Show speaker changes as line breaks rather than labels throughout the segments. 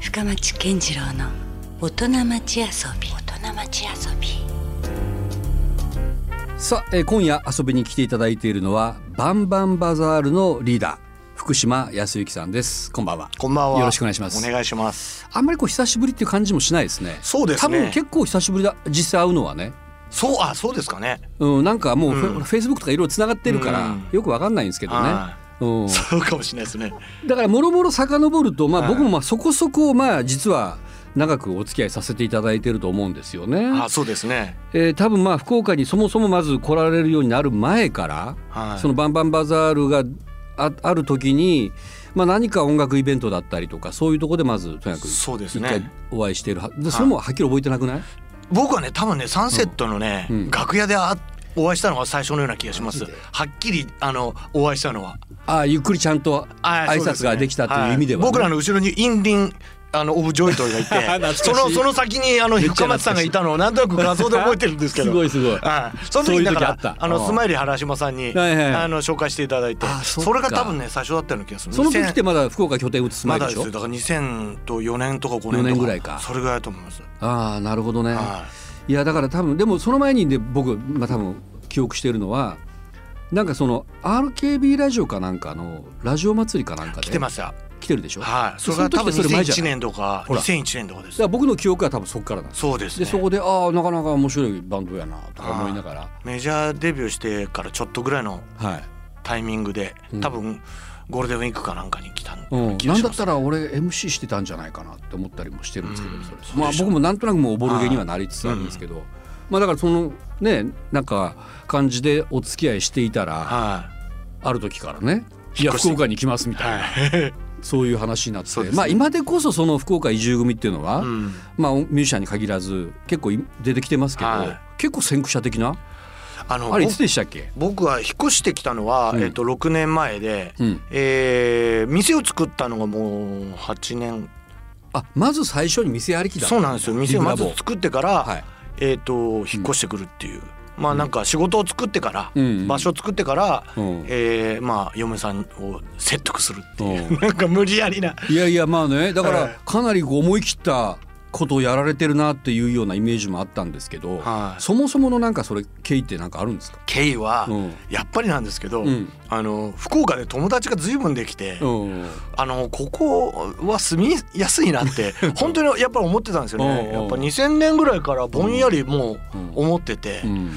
深町健次郎の大人町遊び大人町遊び
さあ、えー今夜遊びに来ていただいているのはバンバンバザールのリーダー福島康之さんですこんばんは
こんばんは。
よろしくお願いします
お願いします。
あんまりこう久しぶりっていう感じもしないですね
そうです
多
ね。
分結構久しぶりだ実際会うのはね
そうあそうですかね。
うん、なんかもうフ
うん
ェフェイスブックとかいろいろつながってるから、
うん
よくわかんないんですけどね、
は
うん
い。、そうかもしれないですね。
だからもろもろ遡ると、まあ、
はい
僕もまあそこそこまあ実は長くお付き合いさせていただいてると思うんですよね、
あそうですね。
えー多分まあ福岡にそもそもまず来られるようになる前から、
はい。
そのバンバンバザールがあある時に、まあ、何か音楽イベントだったりとかそういうところでまずとにかく
そうです
一
ね
回お会いしているはでそれもはっきり覚えてなくない、
僕はね多分ねサンセットのね、
うん
楽屋であお会いしたのが最初のような気がします。はっきりあのお会いしたのは。
ああゆっくりちゃんと
あ
挨拶ができたという意味ではね、
僕らの後ろにインリンあのオブジョイトがい
懐か
て
しい
そのその先にあの
めっちゃ懐かしい
深松さんがいたのをなんとなく画像で覚えてるんですけど
すごいすごい
はいその
そうい
時
う時
だか
あった
らあ
うん
のスマイリー原島さんに
はいはい
あの紹介していただいて
あそっか
それが多分ね最初だったような気がする
その時
2000
ってまだ福岡拠点移す
ま
前
だ
で
で
しょ、
すよだから2004年とか5年とか
四年ぐらいか
それぐらいだと思います
ああなるほどね、、
はい
やだから多分でもその前にね僕、まあ、多分記憶しているのはなんかその RKB ラジオかなんかのラジオ祭りかなんかで
来てました
来てるでしょ、
はい
そ
それが
の時
多分
ってそれ前じ
2001
ゃない
年とか
ほら
2001年とかで
だ
す
から僕の記憶は多分そこからなんです
そうです
でそ
ね
こでああなかなか面白いバンドやなとか思いながら
メジャーデビューしてからちょっとぐらいの
はい、
タイミングで
うん
多分ゴールデンウィークかなんかに来たの
うん、
気が
な
し
んだ
ま
っ
す
たら俺 MC してたんじゃないかなって思ったりもしてるんですけど、
うん
それ
そう
まあ
でしょ
僕もなんとなくもうおぼろげにはなりつつあるんですけど、まあだからそのねなんか感じでお付き合いしていたら、
は
ある時からねい
引
や
っ越して
福岡に行きますみ
い
たいな、
はい
そういう話になって、
そうですね
まあ今でこそその福岡移住組っていうのは、
うん
まあミュージシャンに限らず結構い出てきてますけど、
はい
結構先駆者的な
あの
あれいつでしたっけ
僕は引っ越してきたのは
うん
えっと6年前で
うん、
えー店を作ったのがもう8年
あまず最初に店ありきだ
そうなんですよ店をまず作ってから、
はい
えー、と引っ越してくるっていう、まあなんか仕事を作ってから、
うんうん
場所を作ってから、
うん
えーまあ嫁さんを説得するっていう、
う
なんか無理やりない
やいやまあねだから
え
かなりこう思い切ったことをやられてるなっていうようなイメージもあったんですけど、
はい
そもそものなんかそれ経緯ってなんかあるんですか、
経緯は、
うん
やっぱりなんですけど、
うん
あの福岡で友達が随分できて、
うん
あのここは住みやすいなって 本当にやっぱり思ってたんですよ
おうお
ね
う
やっぱ2000年ぐらいからぼんやりもう思ってて、
うん、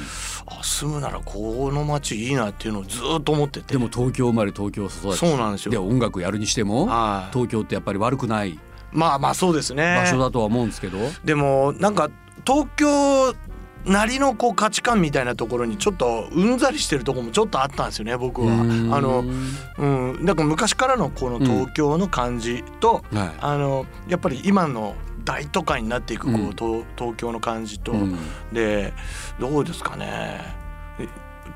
あ住むならこの街いいなっていうのをずっと思ってて
でも東京生まれ東京育ち
そうなんですよ
で音楽やるにしても
はい
東京ってやっぱり悪くない
まあまあそうですね
場所だとは思うんですけど、
でもなんか東京なりのこう価値観みたいなところにちょっとうんざりしてるところもちょっとあったんですよね僕は。
うん
あの、うん、なんか昔からのこの東京の感じと、
はい
あのやっぱり今の大都会になっていくこう、
うん
東東京の感じと、
うん
でどうですかねえ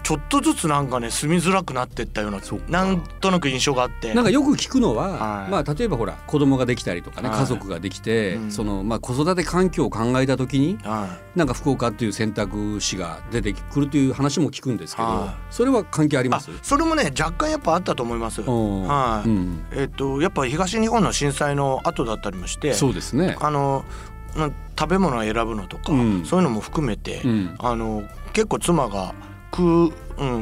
ちょっとずつなんかね住みづらくなってったような
そっか
なんとなく印象があって
なんかよく聞くのは、
はい
まあ例えばほら子供ができたりとかね、
はい
家族ができて、
うん
そのまあ子育て環境を考えた時に
は
なんか福岡っていう選択肢が出てくるという話も聞くんですけど、
は
それは関係あり
い、
ま
あ
す
それもね若干やっぱあったと思います。
うん
はい
うん
えっと、やっぱ東日本の震災の後だったりもして
そうですね。
あのな食べ物を選ぶのとか、
うん
そういうのも含めて、
うん
あの結構妻が苦,、うん、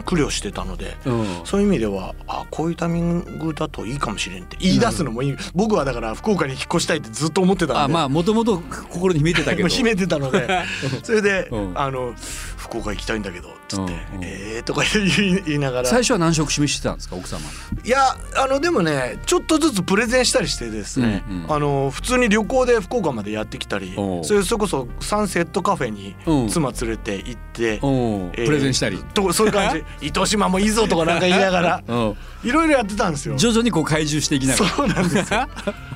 苦慮してたので。
うん
そういう意味ではあこういうタイミングだといいかもしれんって言い出すのもいい、僕はだから福岡に引っ越したいってずっと思ってた
あ
んで
まあもともと心に秘めてたけど
で も秘めてた のでそれで、
うん
あの「福岡行きたいんだけど」っ
う
つって「
んうん
えー」とか言い言いながら
最初は難色示してたんですか奥様に
いやあのでもねちょっとずつプレゼンしたりしてですね、
うんうん
あの普通に旅行で福岡までやってきたり
おう
それそれこそサンセットカフェに
うん
妻連れて行って、
うん
えー
プレゼンしたり、
とそうい う感じ糸島もいいぞとかなんか言いながらいろいろやってたんです
う
よ
ん。徐々にこう怪獣していきながら
そうなんです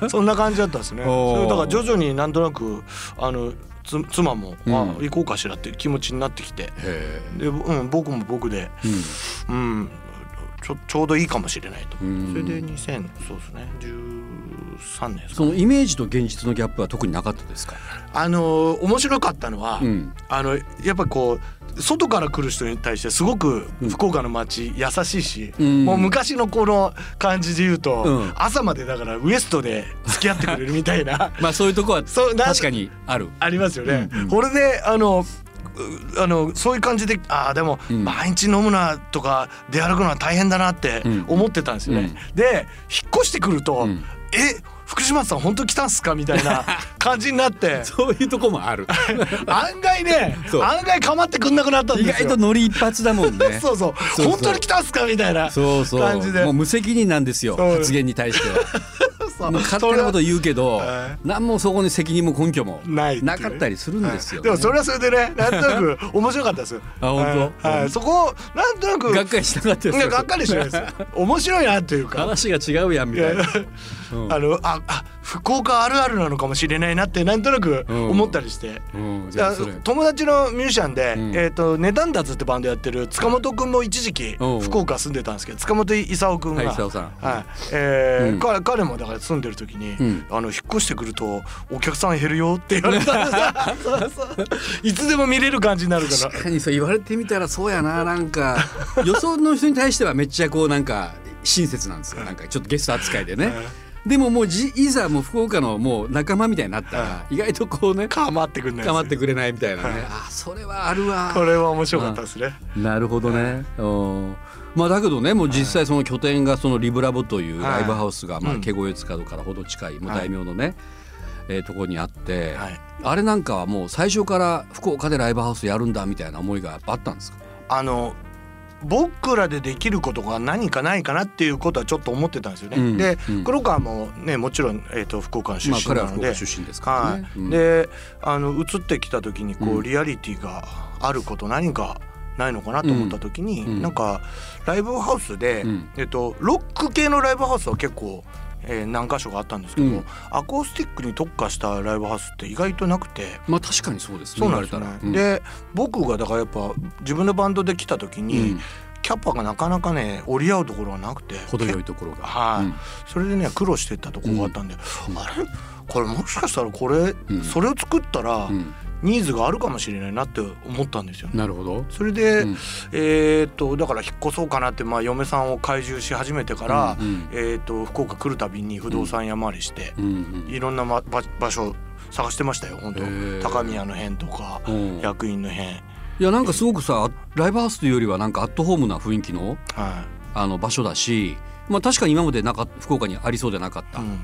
よそんな感じだったんですね
おう
それだから徐々になんとなくあのつ妻も、
うん
あ行こうかしらって気持ちになってきて
へ
で、うん、僕も僕で、
えうん
うん、ちょちょうどいいかもしれないと、
うん
それで2000そうですね2013年ですか
そのイメージと現実のギャップは特になかったですか。
あの面白かったのは、
うん。
あのやっぱこう外から来る人に対してすごく
うん
福岡の街優しいし、
うん
もう昔のこの感じで言うと、
うん
朝までだからウエストで付き合ってくれるみたいな
まあ そういうとこは
そうなん
確かにある。
ありますよね。
うんうん
これであのうあのそういう感じでああでも、
うん
毎日飲むなとか出歩くのは大変だなって
うん
思ってたんですよね。で引っ越してくると、
うん
え福島さん本当来たんすかみたいな感じになって
そういうとこもあ る。
案外ね
そう
案外構ってくんなくなったんで
意
すよ。
外とノリ一発だもんね。
そうそう
そう
本当に来たんすかみたいな
そうそう
感じで
もう無責任なんですよ
そう
発言に対して は
そう
もう勝手なこと言うけど
それは
何もそこに責任も根拠も
ないっていうね
なかったりするんですよ、
でもそれはそれでねなんとな く面白かったですよ
あ本当
はいはいそこをなんとなく
がっかりしなかったです
いや
よ
がっかりしないですよ面白いなというか
話が違うやんみたいな。
あのああ福岡あるあるなのかもしれないなってなんとなく
うん
思ったりして。
うん、じ
だ
ゃ
か
あそれ
ら。友達のミュージシャンで、
うん
えー、とネタンダーズってバンドやってる塚本君も一時期
うん
福岡住んでたんですけど塚本勲君が、
はい、久尾さん。
はいえー
うん
彼彼もだから住んでる時に、
うん
あの引っ越してくるとお客さん減るよって言われたんですよ そう そういつでも見れる感じになるから
確かにそう言われてみたらそうやななん か予想の人に対してはめっちゃこうなんか親切なんですよなんかちょっとゲスト扱いでねでももうじいざもう福岡のもう仲間みたいになったら意外とこうねか
構ってくんないです
まってくれないみたいなねあそれはある
こ
わ
れは面白かったですね
なるほどねうんまあだけどねもう実際その拠点がそのリブラボという
はい
ライブハウスがま
う
あ
ん
毛越塚からほど近いもう
はい
大名のねえーとこにあって
はい
あれなんかはもう最初から福岡でライブハウスやるんだみたいな思いがやっぱあったんですか
あの僕らでできることが何かないかなっていうことはちょっと思ってたんですよね、
うん
で
うん
黒川もねもちろん、えー、と福岡の出
まあ
身
彼
な
は
の
福
で、
岡出身ですから
は
ね。
い、
うん
であの移ってきた時にこう、
うん
リアリティがあること何かないのかなと思った時に、
うん
なんかライブハウスで、
うん
えっと、ロック系のライブハウスは結構、えー何箇所かあったんですけど、
うん
アコースティックに特化したライブハウスって意外となくて。
まあ確かにそうですね。
そうなんですよ
言
ね
われたらうん
で僕がだからやっぱ自分のバンドで来た時に、
うん
キャパがなかなかね折り合うところがなくて
程よいところが。
はい、
うん
それでね苦労してたとこがあったんで、あれこれもしかしたらこれ、
ん
それを作ったら
うん
ニーズがあるかもしれないなって思ったんですよね。
なるほど。
それで、
うん
えー、とだから引っ越そうかなって、まあ、嫁さんを懐柔し始めてから、
うんうん
えー、と福岡来るたびに不動産屋回りして、
うんうん
いろんな、ま、場場所探してましたよ本当、
へー
高宮の辺とか、
うん
役員の辺、はい
いやなんかすごくさライブハウスというよりはなんかアットホームな雰囲気のあの場所だし、まあ確かに今までなかっ福岡にありそうでなかっ
う
た
ん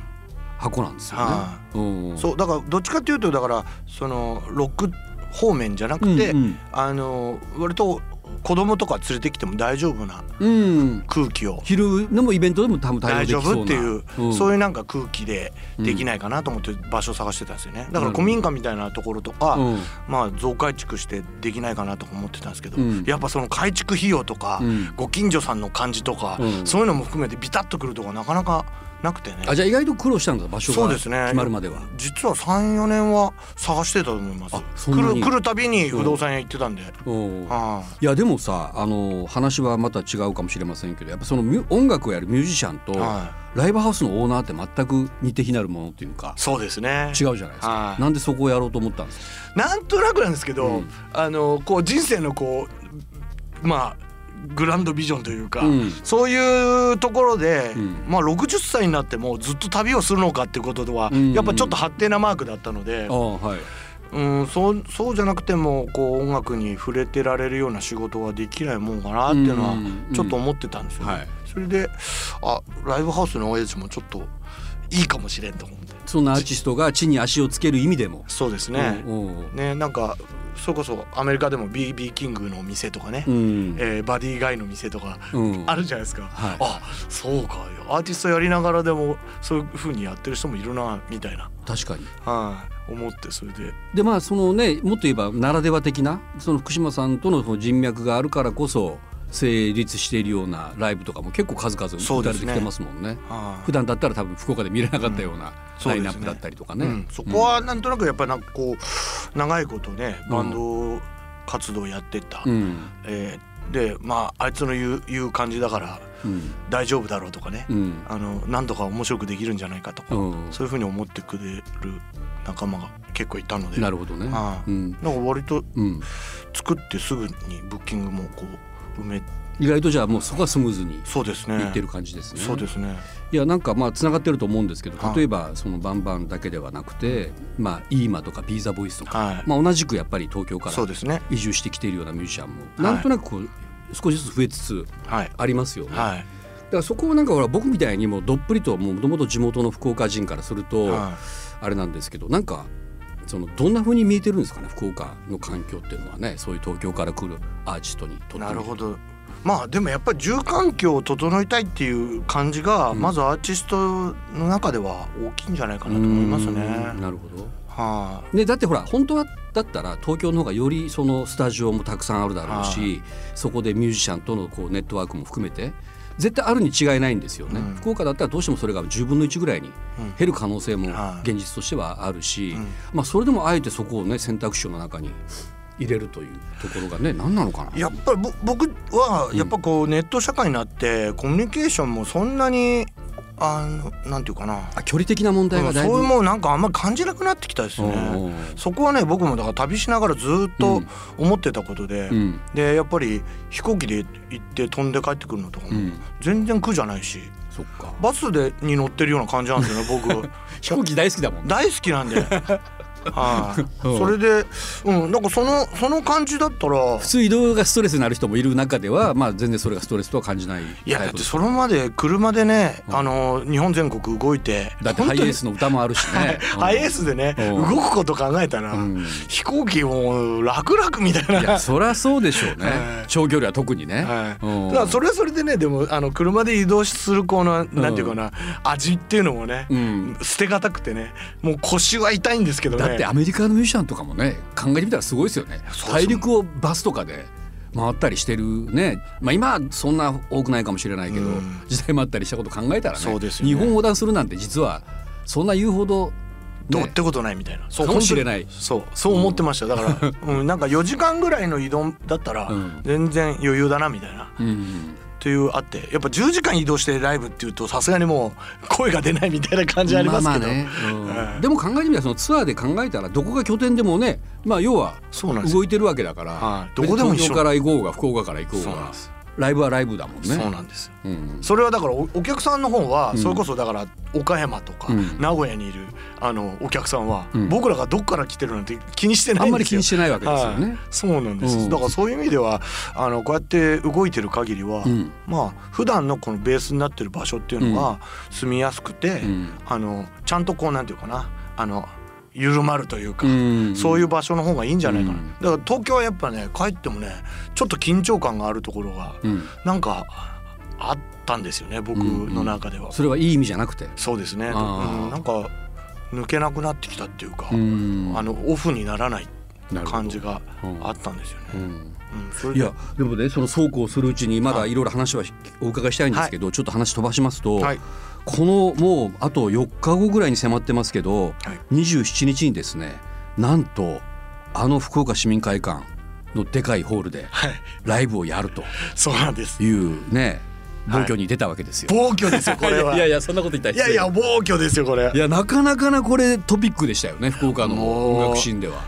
箱なんですよね
は。
うんうん
そうだからどっちかっていうとだからそのロック方面じゃなくて、
うんうん
あの割と子供とか連れてきても大丈夫な
うん。
空気を
昼でもイベントでも多分対応で
大
き
丈
そうな。
夫っていう、
ん
そういうなんか空気でできないかなと思って場所探してたんですよねだから古民家みたいなところとか、
うん
まあ増改築してできないかなとか思ってたんですけど、
うん
やっぱその改築費用とか、
うん
ご近所さんの感じとか、
うん
そういうのも含めてビタッとくるとこなかなかなくてね
あじゃあ意外と苦労したんだ場所
そう
が
です
決
ね
まるまでは。
実は34年は探してたと思います
あそ
来
んな
る
に
来るたびに不動産屋行ってたんで、
うん
あ
いやでもさあの話はまた違うかもしれませんけどやっぱそのミュ音楽をやるミュージシャンと
は
ライブハウスのオーナーって全く似て非なるものというか
そうです
違
ね
うじゃないです
は
か
い
なんでそこをやろうと思ったんですか
なんとなくなんですけど、
うん
あのこう人生のこうまあグランドビジョンというか、
うん
そういうところで、
うん
まあ60歳になってもずっと旅をするのかっていうことでは、
うんうん
やっぱちょっと発展なマークだったので
あ、あはい
うん、そうそうじゃなくてもこう音楽に触れてられるような仕事ができないもんかなっていうのは
うんうんうん
ちょっと思ってたんですよ、ね
はい
それであライブハウスの親父もちょっといいかもしれんと思って
そんなアーティストが地に足をつける意味でも
そうですね、
うんうん
ねなんかそれこそアメリカでも BB キングの店とかね、
うん
えーバディガイの店とか
うん
あるじゃないですか、
はい
あそうかアーティストやりながらでもそういう風にやってる人もいるなみたいな、
確かに
はい、思ってそれで
でまあそのねもっと言えばならでは的なその福島さんとのその人脈があるからこそ成立しているようなライブとかも結構数々
そう
打た
で
れ
す
て
ね
きてますもんね。
はい
普段だったら多分福岡で見れなかったような
そう
ライ
です
ン
ね
ナップだったりとか
う
ね
ん、。そこはなんとなくやっぱりなんかこう長いことねバンド活動やってた、
うん
えでまああいつの言う言う感じだから
うん
大丈夫だろうとかね、
うん
あの何とか面白くできるんじゃないかとか、
うん
そういうふうに思ってくれる仲間が結構いたので
なるほどね
は。い
うん
なんか割と
うん
作ってすぐにブッキングもこう埋め
意外とじゃあもうそこはスムーズに
そうですね
いってる感じですね。
そうですね
いやなんかまあつながってると思うんですけ
は
ど
い
例えばその「バンバン」だけではなくて「まあ、イーマ」とか「ビーザボイス」とか、
はい、
まあ、同じくやっぱり東京か
そう
ら
ですね
移住してきているようなミュージシャンも
い
なんとなくこう少しずつ増えつつ
はい
ありますよね。
はい
だからそこをなんかほら僕みたいにもうどっぷりともともと地元の福岡人からすると
は
あれなんですけどなんかそのどんな風に見えてるんですかね福岡の環境っていうのはねそういう東京から来るアーティストにとってみ
い
て
なるほどまあでもやっぱり住環境を整えたいっていう感じが、
うん
まずアーティストの中では大きいんじゃないかなと思いますね
うんなるほど。
は
ね、だってほら本当はだったら東京の方がよりそのスタジオもたくさんあるだろうし、
は
そこでミュージシャンとのこうネットワークも含めて絶対あるに違いないんですよね、
うん
福岡だったらどうしてもそれが10分の1ぐらいに
うん
減る可能性も
はい
現実としてはあるし、
うん
まあ、それでもあえてそこをね選択肢の中に入れるというところがね何なのかな。
いやっぱりぼ僕はやっぱこうネット社会になってコミュニケーションもそんなにあのなんていうかな
あ距離的な問題
う
が
んそ
だいうぶ、
いうもんなんかあんまり感じなくなってきたです
うん
ね。そこはね僕もだから旅しながらずっ
う
と
ん
思ってたことで、
うん
でやっぱり飛行機で行って飛んで帰ってくるのとか
う
も
ん、
全然苦じゃないし
そっか
バスでに乗ってるような感じなんですよ ね僕
飛行機大好きだもんね。
大好きなんで。はい、
うん
それで、うん、なんかそのその感じだったら
普通移動がストレスになる人もいる中では、まあ、全然それがストレスとは感じない
いや
タ
だ
イプ
って
です
それまで車でね、
うん
あの日本全国動いて
だってハ
本
イ
当
エ
に
ースの歌もあるしね。うん
ハイエースでね、
うん
動くこと考えたら、
うん
飛行機も楽々みたいない
やそりゃそうでしょう
は
ね
い
長距離は特にね。
はい
うん
だからそれはそれでねでもあの車で移動するこのなんていうかな、味っていうのもね、
うん
捨てがたくてねもう腰は痛いんですけどね
だってアメリカのミュージシャンとかもね考えてみたらすごいですよね
そうそう
大陸をバスとかで回ったりしてるね、まあ、今はそんな多くないかもしれないけど、
うん
時代もあったりしたこと考えたらね
そうですよね
日本横断するなんて実はそんな言うほど、
どうっ
ね
てことないみたいな、そう
かもしれない
本当にそうそう思ってましただから、うん、なんか4時間ぐらいの移動だったら
うん
全然余裕だなみたいな。
うん、
というあってやっぱ10時間移動してライブっていうとさすがにもう声が出ないみたいな感じあります
まあ
けど、
まあねうん
うん
でも考えてみたらそのツアーで考えたらどこが拠点でもね、まあ、要は
そうなんですよ
動いてるわけだから、
はいどこでも一緒
東京から行こうが福岡から行こう
そうなん
が
です
ライブはライブだもんね。
そうなんですよ
うん
それはだからおお客さんの方は
ん
それこそだから岡山とか
うん
名古屋にいるあのお客さんは
うん
僕らがどっから来てるなんて気にしてな
あ
い
ん
ん
まり
です
気
よ
にしてないわけですよね。
はいそうなんです、
うん
だからそういう意味ではあのこうやって動いてる限りは、
うん
まあ普段のこのベースになってる場所っていうのは住みやすくて、
うん
あのちゃんとこうなんていうかなあの緩まるというか、
うん
そういう場所の方がいいんじゃないかな、
うん
だから東京はやっぱね帰ってもねちょっと緊張感があるところが
うん
なんかあったんですよね僕の中では、
それはいい意味じゃなくて。
そうですね、う
あー
ん、なんか抜けなくなってきたっていうか、
うん
あのオフにならない
なるほど
感じが
うん
あったんですよね。
うん
うん、それ
い
で
やでもねそのそうこうするうちにまだ
はい
いろいろ話はお伺いしたいんですけど、ちょっと話飛ばしますと、
はい
このもうあと4日後ぐらいに迫ってますけど、
はい
27日にですねなんとあの福岡市民会館のでかいホールで
はい、
ライブをやると
そうなんです。
いうね
はい
暴挙に出たわけですよ。
暴挙ですよ、これは。いやい
やそんなこと言ったら
や、暴挙ですよ、これ。はい
い、やなかなかなこれトピックでしたよね福岡の
もう
音楽シーンでは。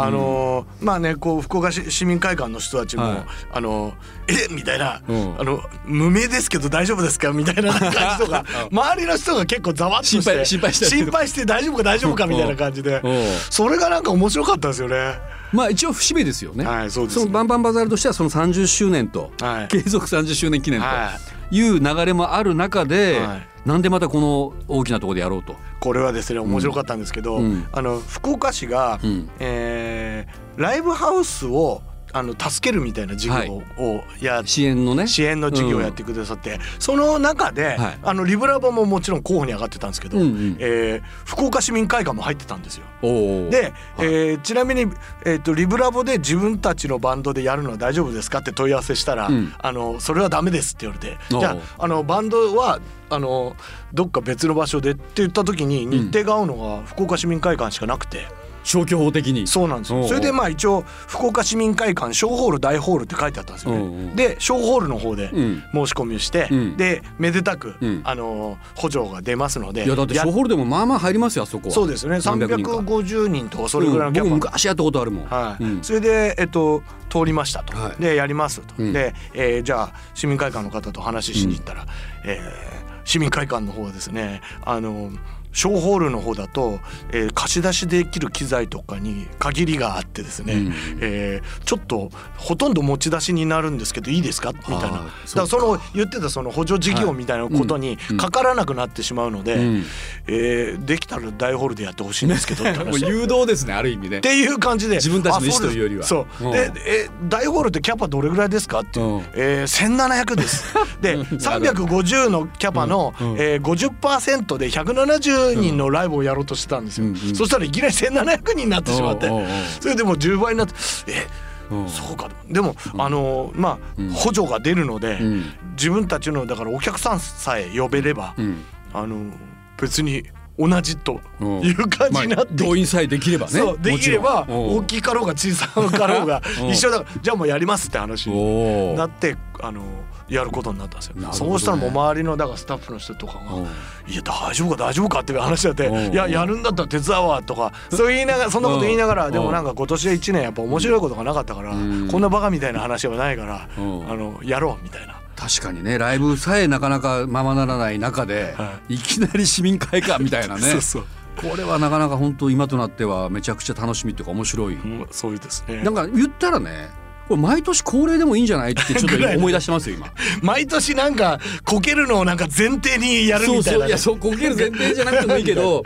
あのーまあね、こう福岡市市民会館の人たちも、
はい
あのーえみたいな、
うん
あの無名ですけど大丈夫ですかみたいな感じ とか、周りの人が結構ざわっとして
心配心配してる
心配して大丈夫か大丈夫かみたいな感じで、
うんうん
それがなんか面白かったですよね。
まあ一応節目ですよね。
はいそうですね
のバンバンバザールとしてはその30周年と、
はい
継続30周年記念と
は
いう流れもある中で、
はい
なんでまたこの大きなところでやろうと。
これはですね面白かったんですけど、
うん
あの福岡市が、
うん
えーライブハウスをあの助けるみたいな事
はい
業をやっ
支援のね。
支援の事業をやってくださって、その中で、
はい
あのリブラボももちろん候補に上がってたんですけど、
うんうん
えー福岡市民会館も入ってたんですよ。
おお。
で、えーちなみに、えー、とリブラボで自分たちのバンドでやるのは大丈夫ですかって問い合わせしたら、
うん
あのそれはダメですって言われて
おう
じゃああのバンドはあのどっか別の場所でって言った時に日程が合うのが福岡市民会館しかなくて、
消去法的に
そうなんですよそれでまあ一応福岡市民会館小ホール大ホールって書いてあったんですよね、
うんうん
で小ホールの方で
うん
申し込みをして、
うん
でめでたく、
うん
あのー補助が出ますので
いやだって
や
小ホールでもまあまあ入りますよあそこは
そうですね
300人か
350人とかそれぐらいのキャ
うん
パ、
僕昔やったことあるもん、
はい
うん
それで、えっと、通りましたと、
はい
でやりますと、
うん
で、えーじゃあ市民会館の方と話しに行ったら、えー市民会館の方はですねあの小ホールの方だと、えー貸し出しできる機材とかに限りがあってですね、
うん
えーちょっとほとんど持ち出しになるんですけどいいですかみたいなだ
あー
か
そ
らそう
か
の言ってたその補助事業みたいなことに
うん
かからなくなってしまうので、
うん
えーできたら大ホールでやってほしいんですけどって
もう
話で
誘導ですねある意味ね
っていう感じで
自分たちの意思というよりは
あそうですそう、
うん
でえ大ホールってキャパどれぐらいですかっていう、
うん
えー、1700です で350のキャパの、
うんうん
えー、50%で170人のライブをやろうとしてたんです
う
よ、
んうん
そしたらいきなり1700人になってしまって、
おうおうおう
それでもう10倍になってえ
うん
そうかでも、あのーまあ、
うん
補助が出るので、
うん
自分たちのだからお客さんさえ呼べれば、
うん
あのー別に同じと
うん
いう感じになってきて
まあ、動員さえできればね
そうできれば
もちろんうん
大きかろうが小さかろうが
うん
一緒だからじゃあもうやりますって話に
お
な
ー
ってあのやることになったんですよ、
なるほどね
そうしたらもう周りのだからスタッフの人とかが
うん
「いや大丈夫か大丈夫か」っていう話だって
うん
「いややるんだったら手伝うわ」とかそう言いながらそんなこと言いなが
う
ら
ん
でもなんか今年は1年やっぱ面白いことがなかったからこ
うん
んなバカみたいな話はないからあ
うん
のやろうみたいな。
確かにねライブさえなかなかままならない中で、、
はい
きなり市民会館みたいなね
そうそう
これはなかなか本当今となってはめちゃくちゃ楽しみっていうか面白い、
うんそういうですね
なんか言ったらねこれ毎年恒例でもいいんじゃないってちょっと
ぐらい
今
の
思い出してますよ今。
毎年なんかこけるのをなんか前提にやる
そう
みたい
そ
な
う
ね
いやそうこける前提じゃなくてもいいけど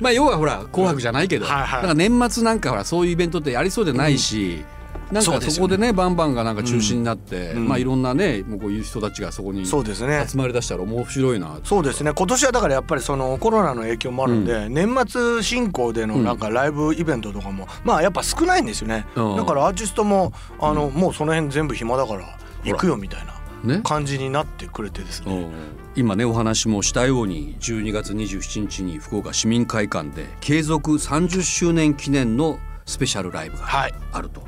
まあ要はほら「紅白」じゃないけど、
はいはい
なんか年末なんかほらそういうイベントってやりそうでないし、なん
そう
か
です
そ
よ
こ
ね
でねバンバンがなんか中心になって、
うん
まあいろんなねもうこういう人たちがそこに
そう
集
ですね
まりだしたら面白いな
そうですね今年はだからやっぱりそのコロナの影響もあるんで、年末進行でのなんかライブイベントとかも、まあやっぱ少ないんですよね、
うん
だからアーティストもあの、もうその辺全部暇だから行くよみたい
ね
な感じになってくれてですね
うん今ねお話もしたように12月27日に福岡市民会館で継続30周年記念のスペシャルライブが
はい
あると、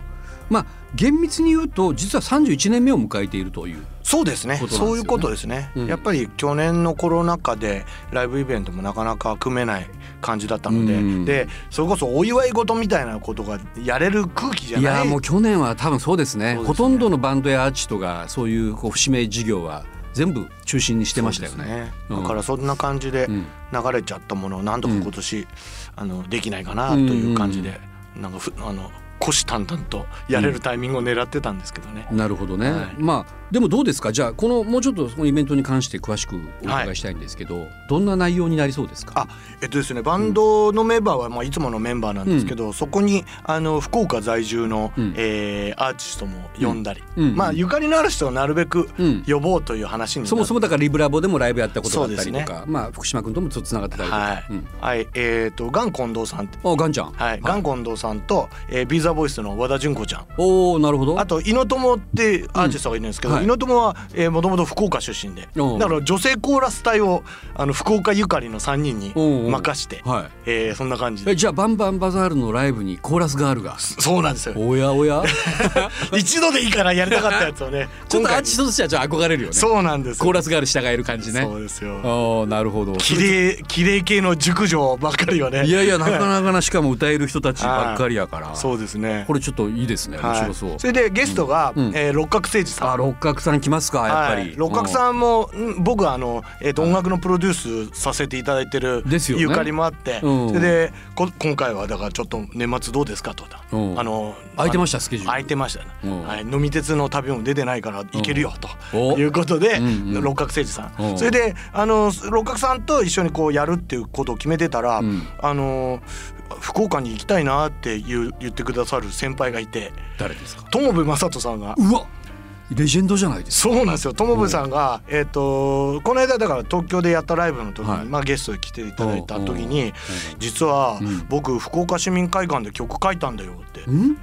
まあ厳密に言うと実は31年目を迎えているという
そうですね
ことなんですよね
そういうことですね、
うん
やっぱり去年のコロナ禍でライブイベントもなかなか組めない感じだったので、
うん
でそれこそお祝い事みたいなことがやれる空気じゃ
い
ない
やーもう去年は多分そうですね
そうですね
ほとんどのバンドやアーティストがそういうこう節目事業は全部中心にしてましたよ
そうです
ね。うん
だからそんな感じで
ん
流れちゃったものをなんとか今年、あのできないかなという感じで、なんかふあの虎視眈々とやれるタイミングを狙ってたんですけどね。
なるほどね、
はい
まあでもどうですかじゃあこのもうちょっとそのイベントに関して詳しくお伺いしたいんですけど、どんな内容になりそうですか
あえっとですねバンドのメンバーは、まあ、いつものメンバーなんですけど、そこにあの福岡在住の、
うん
えーアーティストも呼んだり、
うんうん
まあ、ゆかりのある人をなるべく
うん
呼ぼうという話になって、
そもそもだからリブラボでもライブやったことがあったりと
そう
か、まあ福島君ともちょっとつながってたりとか、
はい、
うん
はい、えっ、とガン近藤さんって
あガンちゃん、
はい、ガン近藤さんと、えー、ビーザーボイスの和田純子ちゃん
おおなるほど
あと猪友ってアーティストがいるんですけど、
うんはい
猪友はもともと福岡出身で
おう
だから女性コーラス隊をあの福岡ゆかりの3人に
おうおう
任して、
は
えーそんな感じ
いえ
で
じゃあバンバンバザールのライブにコーラスガールが
そうなんですよ
おやお や
一度でいいからやりたかったやつをね
ちょっとアー
今回
ティストとしてはじゃあ憧れるよね
そうなんですよ
コーラスガール従える感じね
そうですよ
ああなるほど
綺麗綺麗系の熟女ばっかりはね
いやいやなかなかなしかも歌える人たちばっかりやから
そうですね
これちょっといいですね面白そう、
はい、それでゲストが、
うんうん
えー六角誠治さん
あ六角さん来ますかやっぱり、
はい、六角
ん
さんも、うん僕はあの、えー、と音楽のプロデュースさせていただいてる
ですよね
ゆかりもあって、
うん
それでこ今回はだからちょっと年末どうですかと、
うん
あの
空いてましたスケジュール
空いてました、
うん
はい、飲み鉄の旅も出てないから行けるよ、
お
ということで、
うんうん
六角誠治さん、
うん
それであの六角さんと一緒にこうやるっていうことを決めてたら、
うん
あの福岡に行きたいなっていう言ってくださる先輩がいて
誰ですか
友部正人さんが
うわレジェンドじゃないですか
そうなんですよ友部さんが、えっとこの間だから東京でやったライブの時に、
はい
まあ、ゲストで来ていただいた時に「実は
うん
僕福岡市民会館で曲書いたんだよ」って
ん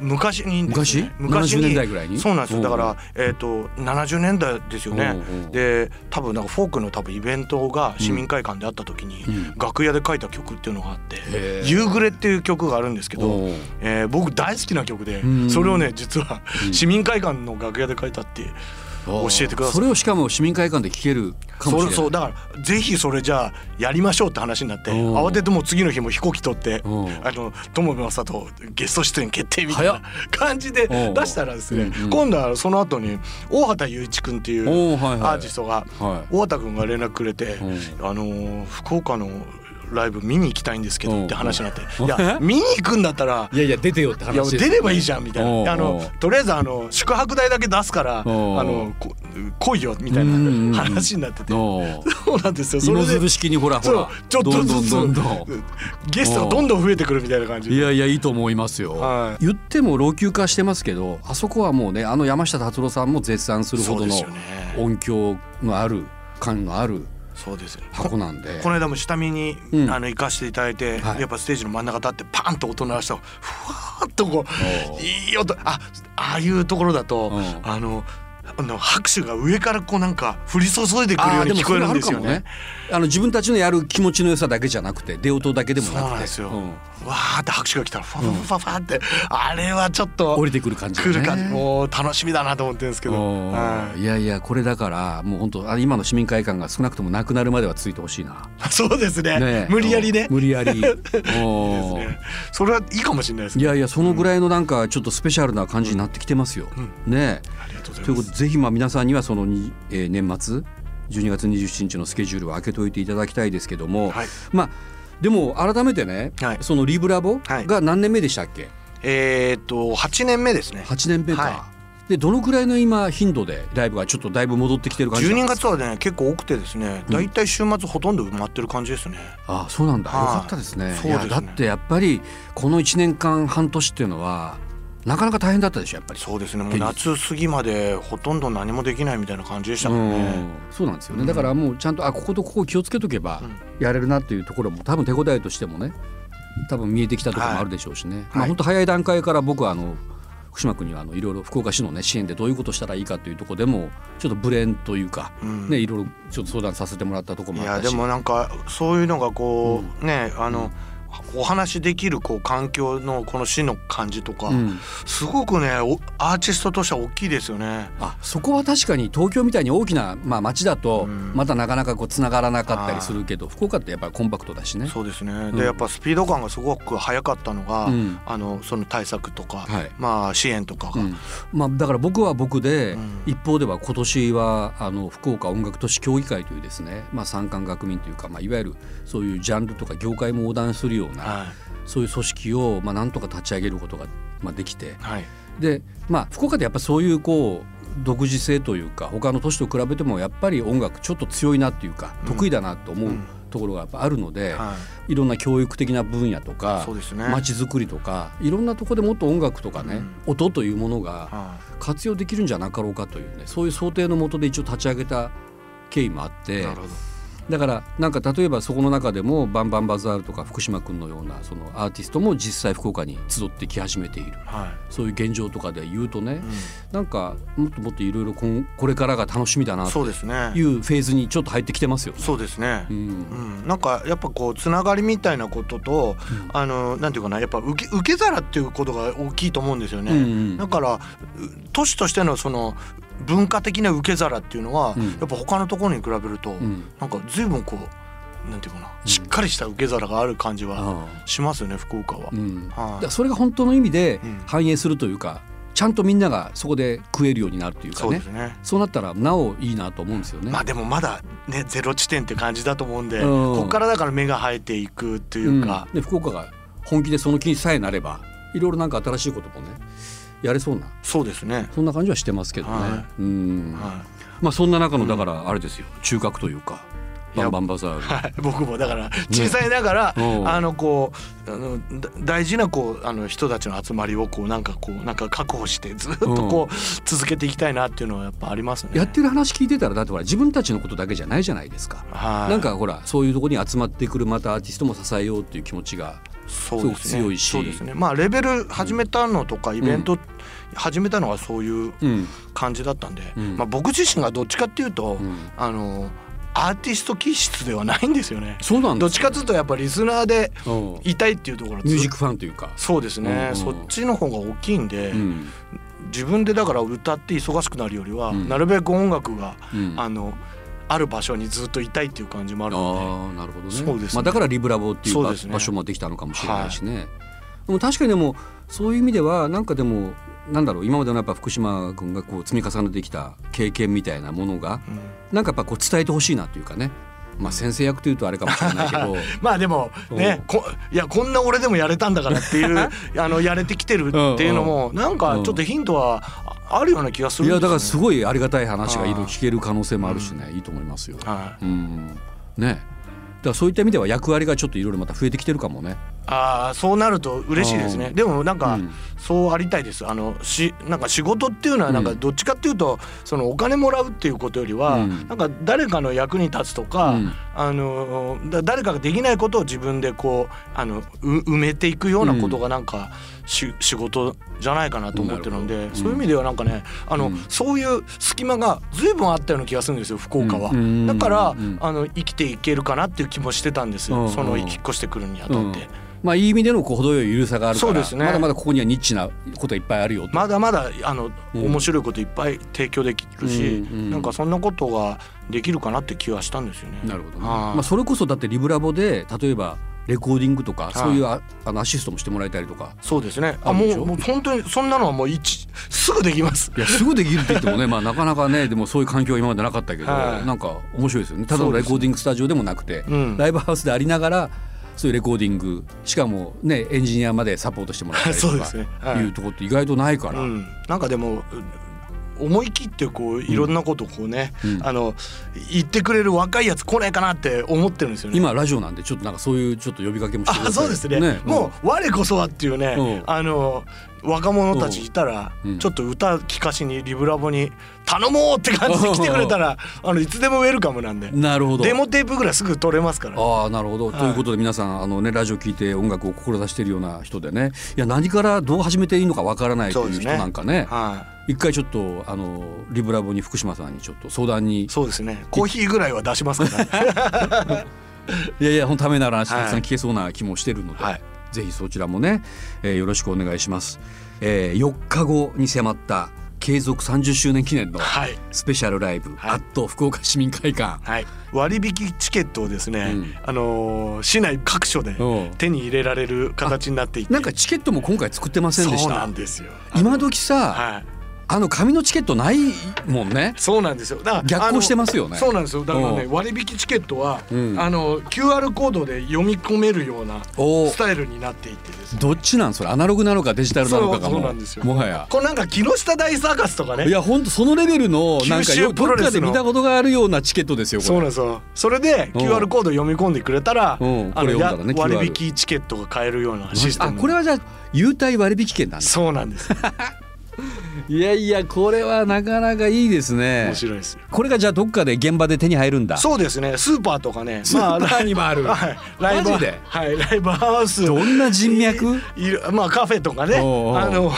昔にですね
昔70
に
年代ぐらいに
そうなんですよだか
うんう
ら、えー、と70年代ですよね、
うんうん
で多分なんかフォークの多分イベントが市民会館であった時に、
うん
楽屋で書いた曲っていうのがあって
へ
「
ー
夕暮れ」っていう曲があるんですけど、
おう
えー僕大好きな曲で、
うん
それをね実は
うん
市民会館の楽屋で書いたっていう教えてください
それをしかも市民会館で聞けるかもしれない
それそうだからぜひそれじゃあやりましょうって話になって
うん
慌ててもう次の日も飛行機取って
うん
あの友部正人ゲスト出演決定みたい
早
な
っ
感じで
うん
出したらですね
うん
今度はその後に大畑雄一君っていう
おーはいはい
アーティストが
は
大畑君が連絡くれて
う
あのー福岡のライブ見に行きたいんですけどって話になって
うん
いや見に行くんだったら
い、いやいや出てよって
いや
話です
出ればいいじゃんみたい
おう
なあ
お
の
う
とりあえずあの宿泊代だけ出すからあ
おう
のこ来いよみたい
うんうんうん
な話になってて
おう
そうなんですよ そ
芋
れ
づ
で
る式にほらほ
そう
ら
ちょっと
どんど
ず
ん
つ
どんどん
ゲストがどんどん増えてくるみたいな感じ
い
で
やいやいいと思いますよ、
はい
言っても老朽化してますけどあそこはもうねあの山下達郎さんも絶賛するほ
そう
ど
で
の
すよね
音響のある感のある
そうですよね
箱なんで
この間も下見に、
うん
あの行かせていただいて、
はい
やっぱステージの真ん中立ってパンと音鳴らしたふわーっとこ
お
ういい音あああいうところだと、
うん
あのあの拍手が上からこうなんか降り注いでくるように聞こえるんですよね。
あの自分たちのやる気持ちの良さだけじゃなくて出音だけでも
そう
なくて
なんですよ。
うん
わーって拍手が来たらファファファファって、あれはちょっと
降りてくる感じ、ね、
来るかもう楽しみだなと思ってるんですけど。
おー
はい
いやいやこれだからもう本当あ今の市民会館が少なくともなくなるまではついてほしいな、
そうですね。
ねえ
無理やりね。
うん無理や り
いいで
お
す
ー
ね。それはいいかもしれないで
い
すね。
やいやそのぐらいのなんかちょっとスペシャルな感じになってきてますよ。ねえ
ありがとうございます。
ということでぜひまあ皆さんにはそのに、えー年末12月27日のスケジュールを開けておいていただきたいですけども、
はい
まあでも改めてね、
はい
そのリブラボ
はい
が何年目でしたっけ、
えーっと八年目ですね。
8年目か、
は
でどのぐらいの今頻度でライブがちょっとだいぶ戻ってきてる感じ
十
なん
二
です
月はね結構多くてですね。だいたい週末ほとんど埋まってる感じですね。
ああそうなんだ、
はい
よかったですね
そうですね
いやだってやっぱりこの1年間半年っていうのはなかなか大変だったでしょやっぱり
そうですね。もう
現実
夏過ぎまでほとんど何もできないみたいな感じでしたもんね。
うんそうなんですよね、だからもうちゃんとあこことここ気をつけとけば
う
やれるなっていうところも多分手応えとしてもね多分見えてきたところもあるでしょうしね、まあ本当早い段階から僕はあの福島君にはあのいろいろ福岡市のね支援でどういうことしたらいいかというところでもちょっとブレーンというか、
うん
ねいろいろちょっと相談させてもらったところ
い
もあ
や
ったし
でもなんかそういうのがこう、ねあの、お話しできるこう環境のこの市の感じとか、
うん
すごくねおアーティストとしては大きいですよね。
あそこは確かに東京みたいに大きな、まあ、町だと
うん
またなかなかこうつながらなかったりするけど、福岡ってやっぱりコンパクトだしね。
そうですね、
うん
でやっぱスピード感がすごく速かったのが、
うん
あのその対策とか、
はい
まあ支援とか
う
が、
んまあ、だから僕は僕で、
うん
一方では今年はあの福岡音楽都市協議会というですね、まあ、産官学民というか、まあ、いわゆるそういうジャンルとか業界も横断するような、
は
そういう組織を、まあ、なんとか立ち上げることが、まあ、できて
いはい
で、まあ、福岡でやっぱそういうこう独自性というか他の都市と比べてもやっぱり音楽ちょっと強いなっていうか、
うん
得意だなと思ううんところがやっぱあるので、、
はい
ろんな教育的な分野とか
い、そうですね。
街づくりとかいろんなとこでもっと音楽とかね、音というものが
は
活用できるんじゃなかろうかというねそういう想定のもとで一応立ち上げた経緯もあっ
い
て
なるほど。
だからなんか例えばそこの中でもバンバンバザールとか福島君のようなそのアーティストも実際福岡に集ってき始めている
は
そういう現状とかで言うとね
い。う、
なんかもっともっといろいろ今これからが楽しみだなんと
そうですね
い。うフェーズにちょっと入ってきてますよ。
そうですね。
うん
うん、なんかやっぱこうつながりみたいなことと、あのなんていうかなやっぱ受け受け皿っていうことが大きいと思うんですよね。
うんうん
だからう都市としてのその文化的な受け皿っていうのは、
うん
やっぱ他のところに比べると、
ん
なんか随分こうなんていうかな、しっかりした受け皿がある感じは
ああ
しますよね福岡は。
うん
はい
だからそれが本当の意味で
うん
反映するというかちゃんとみんながそこで食えるようになるというか
そうで
ね
すね。
そうなったらなおいいなと思うんですよね。
まあでもまだねゼロ地点って感じだと思うんで、
うん
ここからだから目が生えていくっていうか、
んで福岡が本気でその気にさえなればいろいろなんか新しいこともねやれそうな
そうですね。
そんな感じはしてますけどね、
は
うん
は
まあそんな中のだからあれですよ、中核というかバンバンバザール
はい、 僕もだから小さいながら、
うん
あのこうあのだ大事なこうあの人たちの集まりをこうなんかこうなんか確保してずっとこう、続けていきたいなっていうのはやっぱありますね。
やってる話聞いてたらだってほら自分たちのことだけじゃないじゃないですか、
はい
なんかほらそういうとこに集まってくるまたアーティストも支えようっていう気持ちが
そうですね
強いし
そうですねまあレベル始めたのとかイベント始めたのがそういう
うん
感じだったんで、
うん
まあ、僕自身がどっちかっていうと、
うん
あのアーティスト気質ではないんですよね。
そうなん
ど
で
っ
す
ち
よ
かっていうとやっぱリスナーで
うん
いたいっていうところ
ミュージックファンというか、
そうですね、
うん
そっちの方が大きいんで、
うん
自分でだから歌って忙しくなるよりは、
うん
なるべく音楽が、
うん
あのある場所にずっといたいっていう感じもあるの
ああなるほどね
そうですね
まあ、だからリブラボっていう
そう
場
ですね
場所もできたのかもしれないしね、でも確かにでもそういう意味ではなんかでもなんだろう今までのやっぱ福島君がこう積み重ねてきた経験みたいなものが
で、うん
なんかやっぱこう伝えてほしいなというかね、まあ、先生役というとあれかもしれないけ ど
まあでもね
うん
こいやこんな俺でもやれたんだからっていう あのやれてきてるっていうのもなんかちょっとヒントはああるような気がす
い
るんで
や
すよね
だからすごいありがたい話がいろいろ聞ける可能性もあるしね、いいと思いますよ。
はい
うんねだからそういった意味では役割がちょっといろいろまた増えてきてるかもね。
ああそうなると嬉しいです
う
ね
ん
でもなんか、
うん
そうありたいですあのしなんか仕事っていうのはなんか
うん
どっちかっていうと、そのお金もらうっていうことよりは、
うん
なんか誰かの役に立つとか、
うん
あのだ誰かができないことを自分でこうあのう埋めていくようなことがなんか、し仕事じゃないかなと思ってるんで、
なるほど
そういう意味ではなんかねあの、
うん
そういう隙間が随分あったような気がするんですよ福岡は、
うん
だから、
うん
あの生きていけるかなっていう気もしてたんですよ、
うん
その引っ越してくるにあたって。
うんまあ、いい意味でのこう程よい緩さがあるから
そうですね
まだまだここにはニッチなこといっぱいあるよと
まだまだあの、
うん
面白いこといっぱい提供できるし、
うんうん
なんかそんなことができるかなって気はしたんですよね。
なるほどね、
はい
まあ、それこそだってリブラボで例えばレコーディングとか
い
そういうああのアシストもしてもらえたりとか
そうですね。
あ
あ
る
も
でし
う
ょ
もう本当にそんなのはもう一すぐできます。
いやすぐできるって言ってもねまあなかなかねでもそういう環境は今までなかったけど、
はい
なんか面白いですよねただ
そ
の
うで
レ
すね
コーディングスタジオでもなくて、
うん
ライブハウスでありながらそういうレコーディングしかもねエンジニアまでサポートしてもらったりと
そう
か
ですねはい
いうところって意外とないから、
うん、なんかでもうん思い切ってこういろんなことをこうね、
うん
あの言ってくれる若いやつ来ないかなって思ってるんですよね。
今ラジオなんでちょっとなんかそういうちょっと呼びかけもしてくだ
あ
さい
そうですね
ね
もう我こそはっていうね、
うん
あの若者たちいたら、
うん
ちょっと歌聴かしにリブラボに頼もうって感じで来てくれたら、あのいつでもウェルカムなんで
うんなるほど
デモテープぐらいすぐ取れますから
ああなるほど、
はい
ということで皆さんあの、ね、ラジオ聞いて音楽を志しているような人でねいや何からどう始めていいのかわからないと
そう
い
で
う
す
人
ね
なんかね
は
一回ちょっとあのリブラボに福島さんにちょっと相談に
いそうですねコーヒーぐらいは出しますから、ね、
いやいやほんとためになる話
はい
たくさん聞けそうな気もしてるので、
はい
ぜひそちらもね、えーよろしくお願いします、えー、4日後に迫った継続30周年記念の
はい
スペシャルライブ「
はい
アット福岡市民会館
はい、割引チケットをですね、
うん
あのー市内各所で
うん
手に入れられる形になってい」て
なんかチケットも今回作ってませんでし
そうな
た
んですよ
今時さ、
はい
あの紙のチケットないもんね
そうなんですよ。だから
逆行してますよね
あのそうなんですよ。だからね
う
割引チケットは、
うん
あの QR コードで読み込めるような
おー
スタイルになっていてですね。
どっちなんそれアナログなのかデジタルなのかが
そうそう
も
なんですよ
もはや
これなんか木下大サーカスとか
い
ね。
や本当そのレベルのなんかよ
九州プ
ど
ロ
っ
レス
か
の
で見たことがあるようなチケットですよ
そう
こ
な
れ
んですよ。それで
うん
QR コード読み込んでくれたら、
うん
あ
これ
の
読んだ
や
らね QR
割引チケットが買えるようなシステ
あ
ムに。
これはじゃあ優待割引券なんだ
そうなんです。
いやいやこれはなかなかいいですね
面白いですよ。
これがじゃあどっかで現場で手に入るんだ
そうですね。スーパーとかね。
スーパーにもある
はい。ライブ
マジで
はいライブハウス。
どんな人脈
いるまあカフェとかね。あ
おうおう
の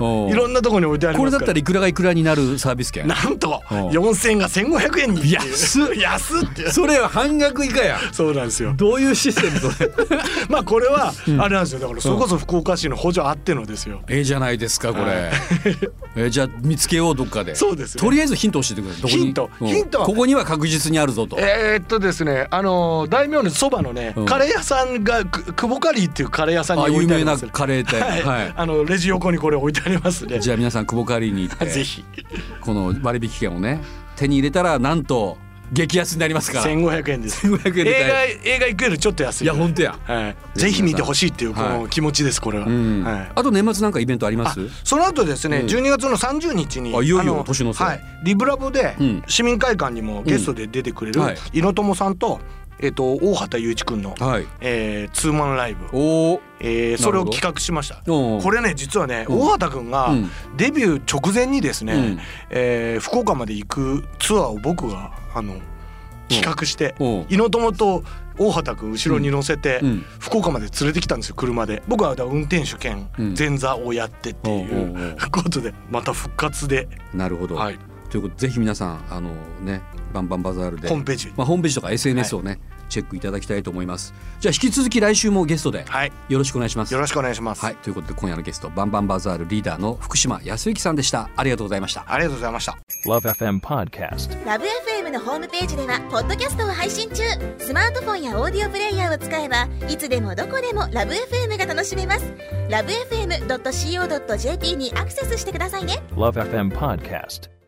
おう
いろんなところに置いてあり
こ
ま
れ
す
だ
か
った
ら。
らいくらがいくらになるサービス券
なんと
うん
4000円が1500円にっていう
安っ
安っって
それは半額以下や
そうなんですよ
どういうシステムそれ
まあこれはあれなんですよだからそれこそ福岡市の補助あってのですよ
ええじゃないですかこれ、 えじゃあ見つけようどっかで
そうですね
とりあえずヒント教えてくださいどこに
ヒント
うん
ヒントは
ここには確実にあるぞと、
えーっとですねあのー大名のそばのね
うん
カレー屋さんがく久保カリーっていうカレー屋さんに
あ
置
有
いてあり
名
ま
な
すね
カレー店
はい、
はい、
あのレジ横にこれ置いてありますね
じゃあ皆さん久保カリーに 行って
ぜひ
この割引券をね手に入れたらなんと激安になりますからい
1500円です
1500円で
映画映画行くよりちょっと安い
や本当や、
はい、ぜひ見てほしいっていうこの気持ちですこれは、
うん
はい
あと年末なんかイベントあります
その後ですね、
うん
12月の30日に
あいよいよ
あ
年の瀬
はい、リブラボで
うん
市民会館にもゲストで出てくれる
うんはい
猪友、さんと,、えっと大畑雄一君の、
はい
えーツーマンライブ、
おお
えーそ
な
れ
るほ
を
ど
企画しました。
おー
これね実はね、
うん
大畑君が
うん
デビュー直前にですね、
うん
えー福岡まで行くツアーを僕があの企画して
うん
猪友と大畑君後ろに乗せて
うん
福岡まで連れてきたんですよ車で僕はだから運転手兼
うん
前座をやってってい
おうおう
う
お
ことでまた復活で
なるほど、
はい
ということでぜひ皆さんあのねバンバンバザールで
ホームページ
まあ、ホームページとか SNS をね、チェックいただきたいと思いますじゃあ引き続き来週もゲストで
はい
よろしくお願いします、
よろしくお願いします
は
あ
いということで今夜のゲストバンバンバザールリーダーの福島康之さんでしたありがとうございました
りがとうございました
Love FM Podcast.
ラブ f m のホームページではポッドキャストを配信中スマートフォンやオーディオプレイヤーを使えばいつでもどこでもラブ f m が楽しめますラブ FM.co.jp にアクセスしてくださいね
Love FM Podcast.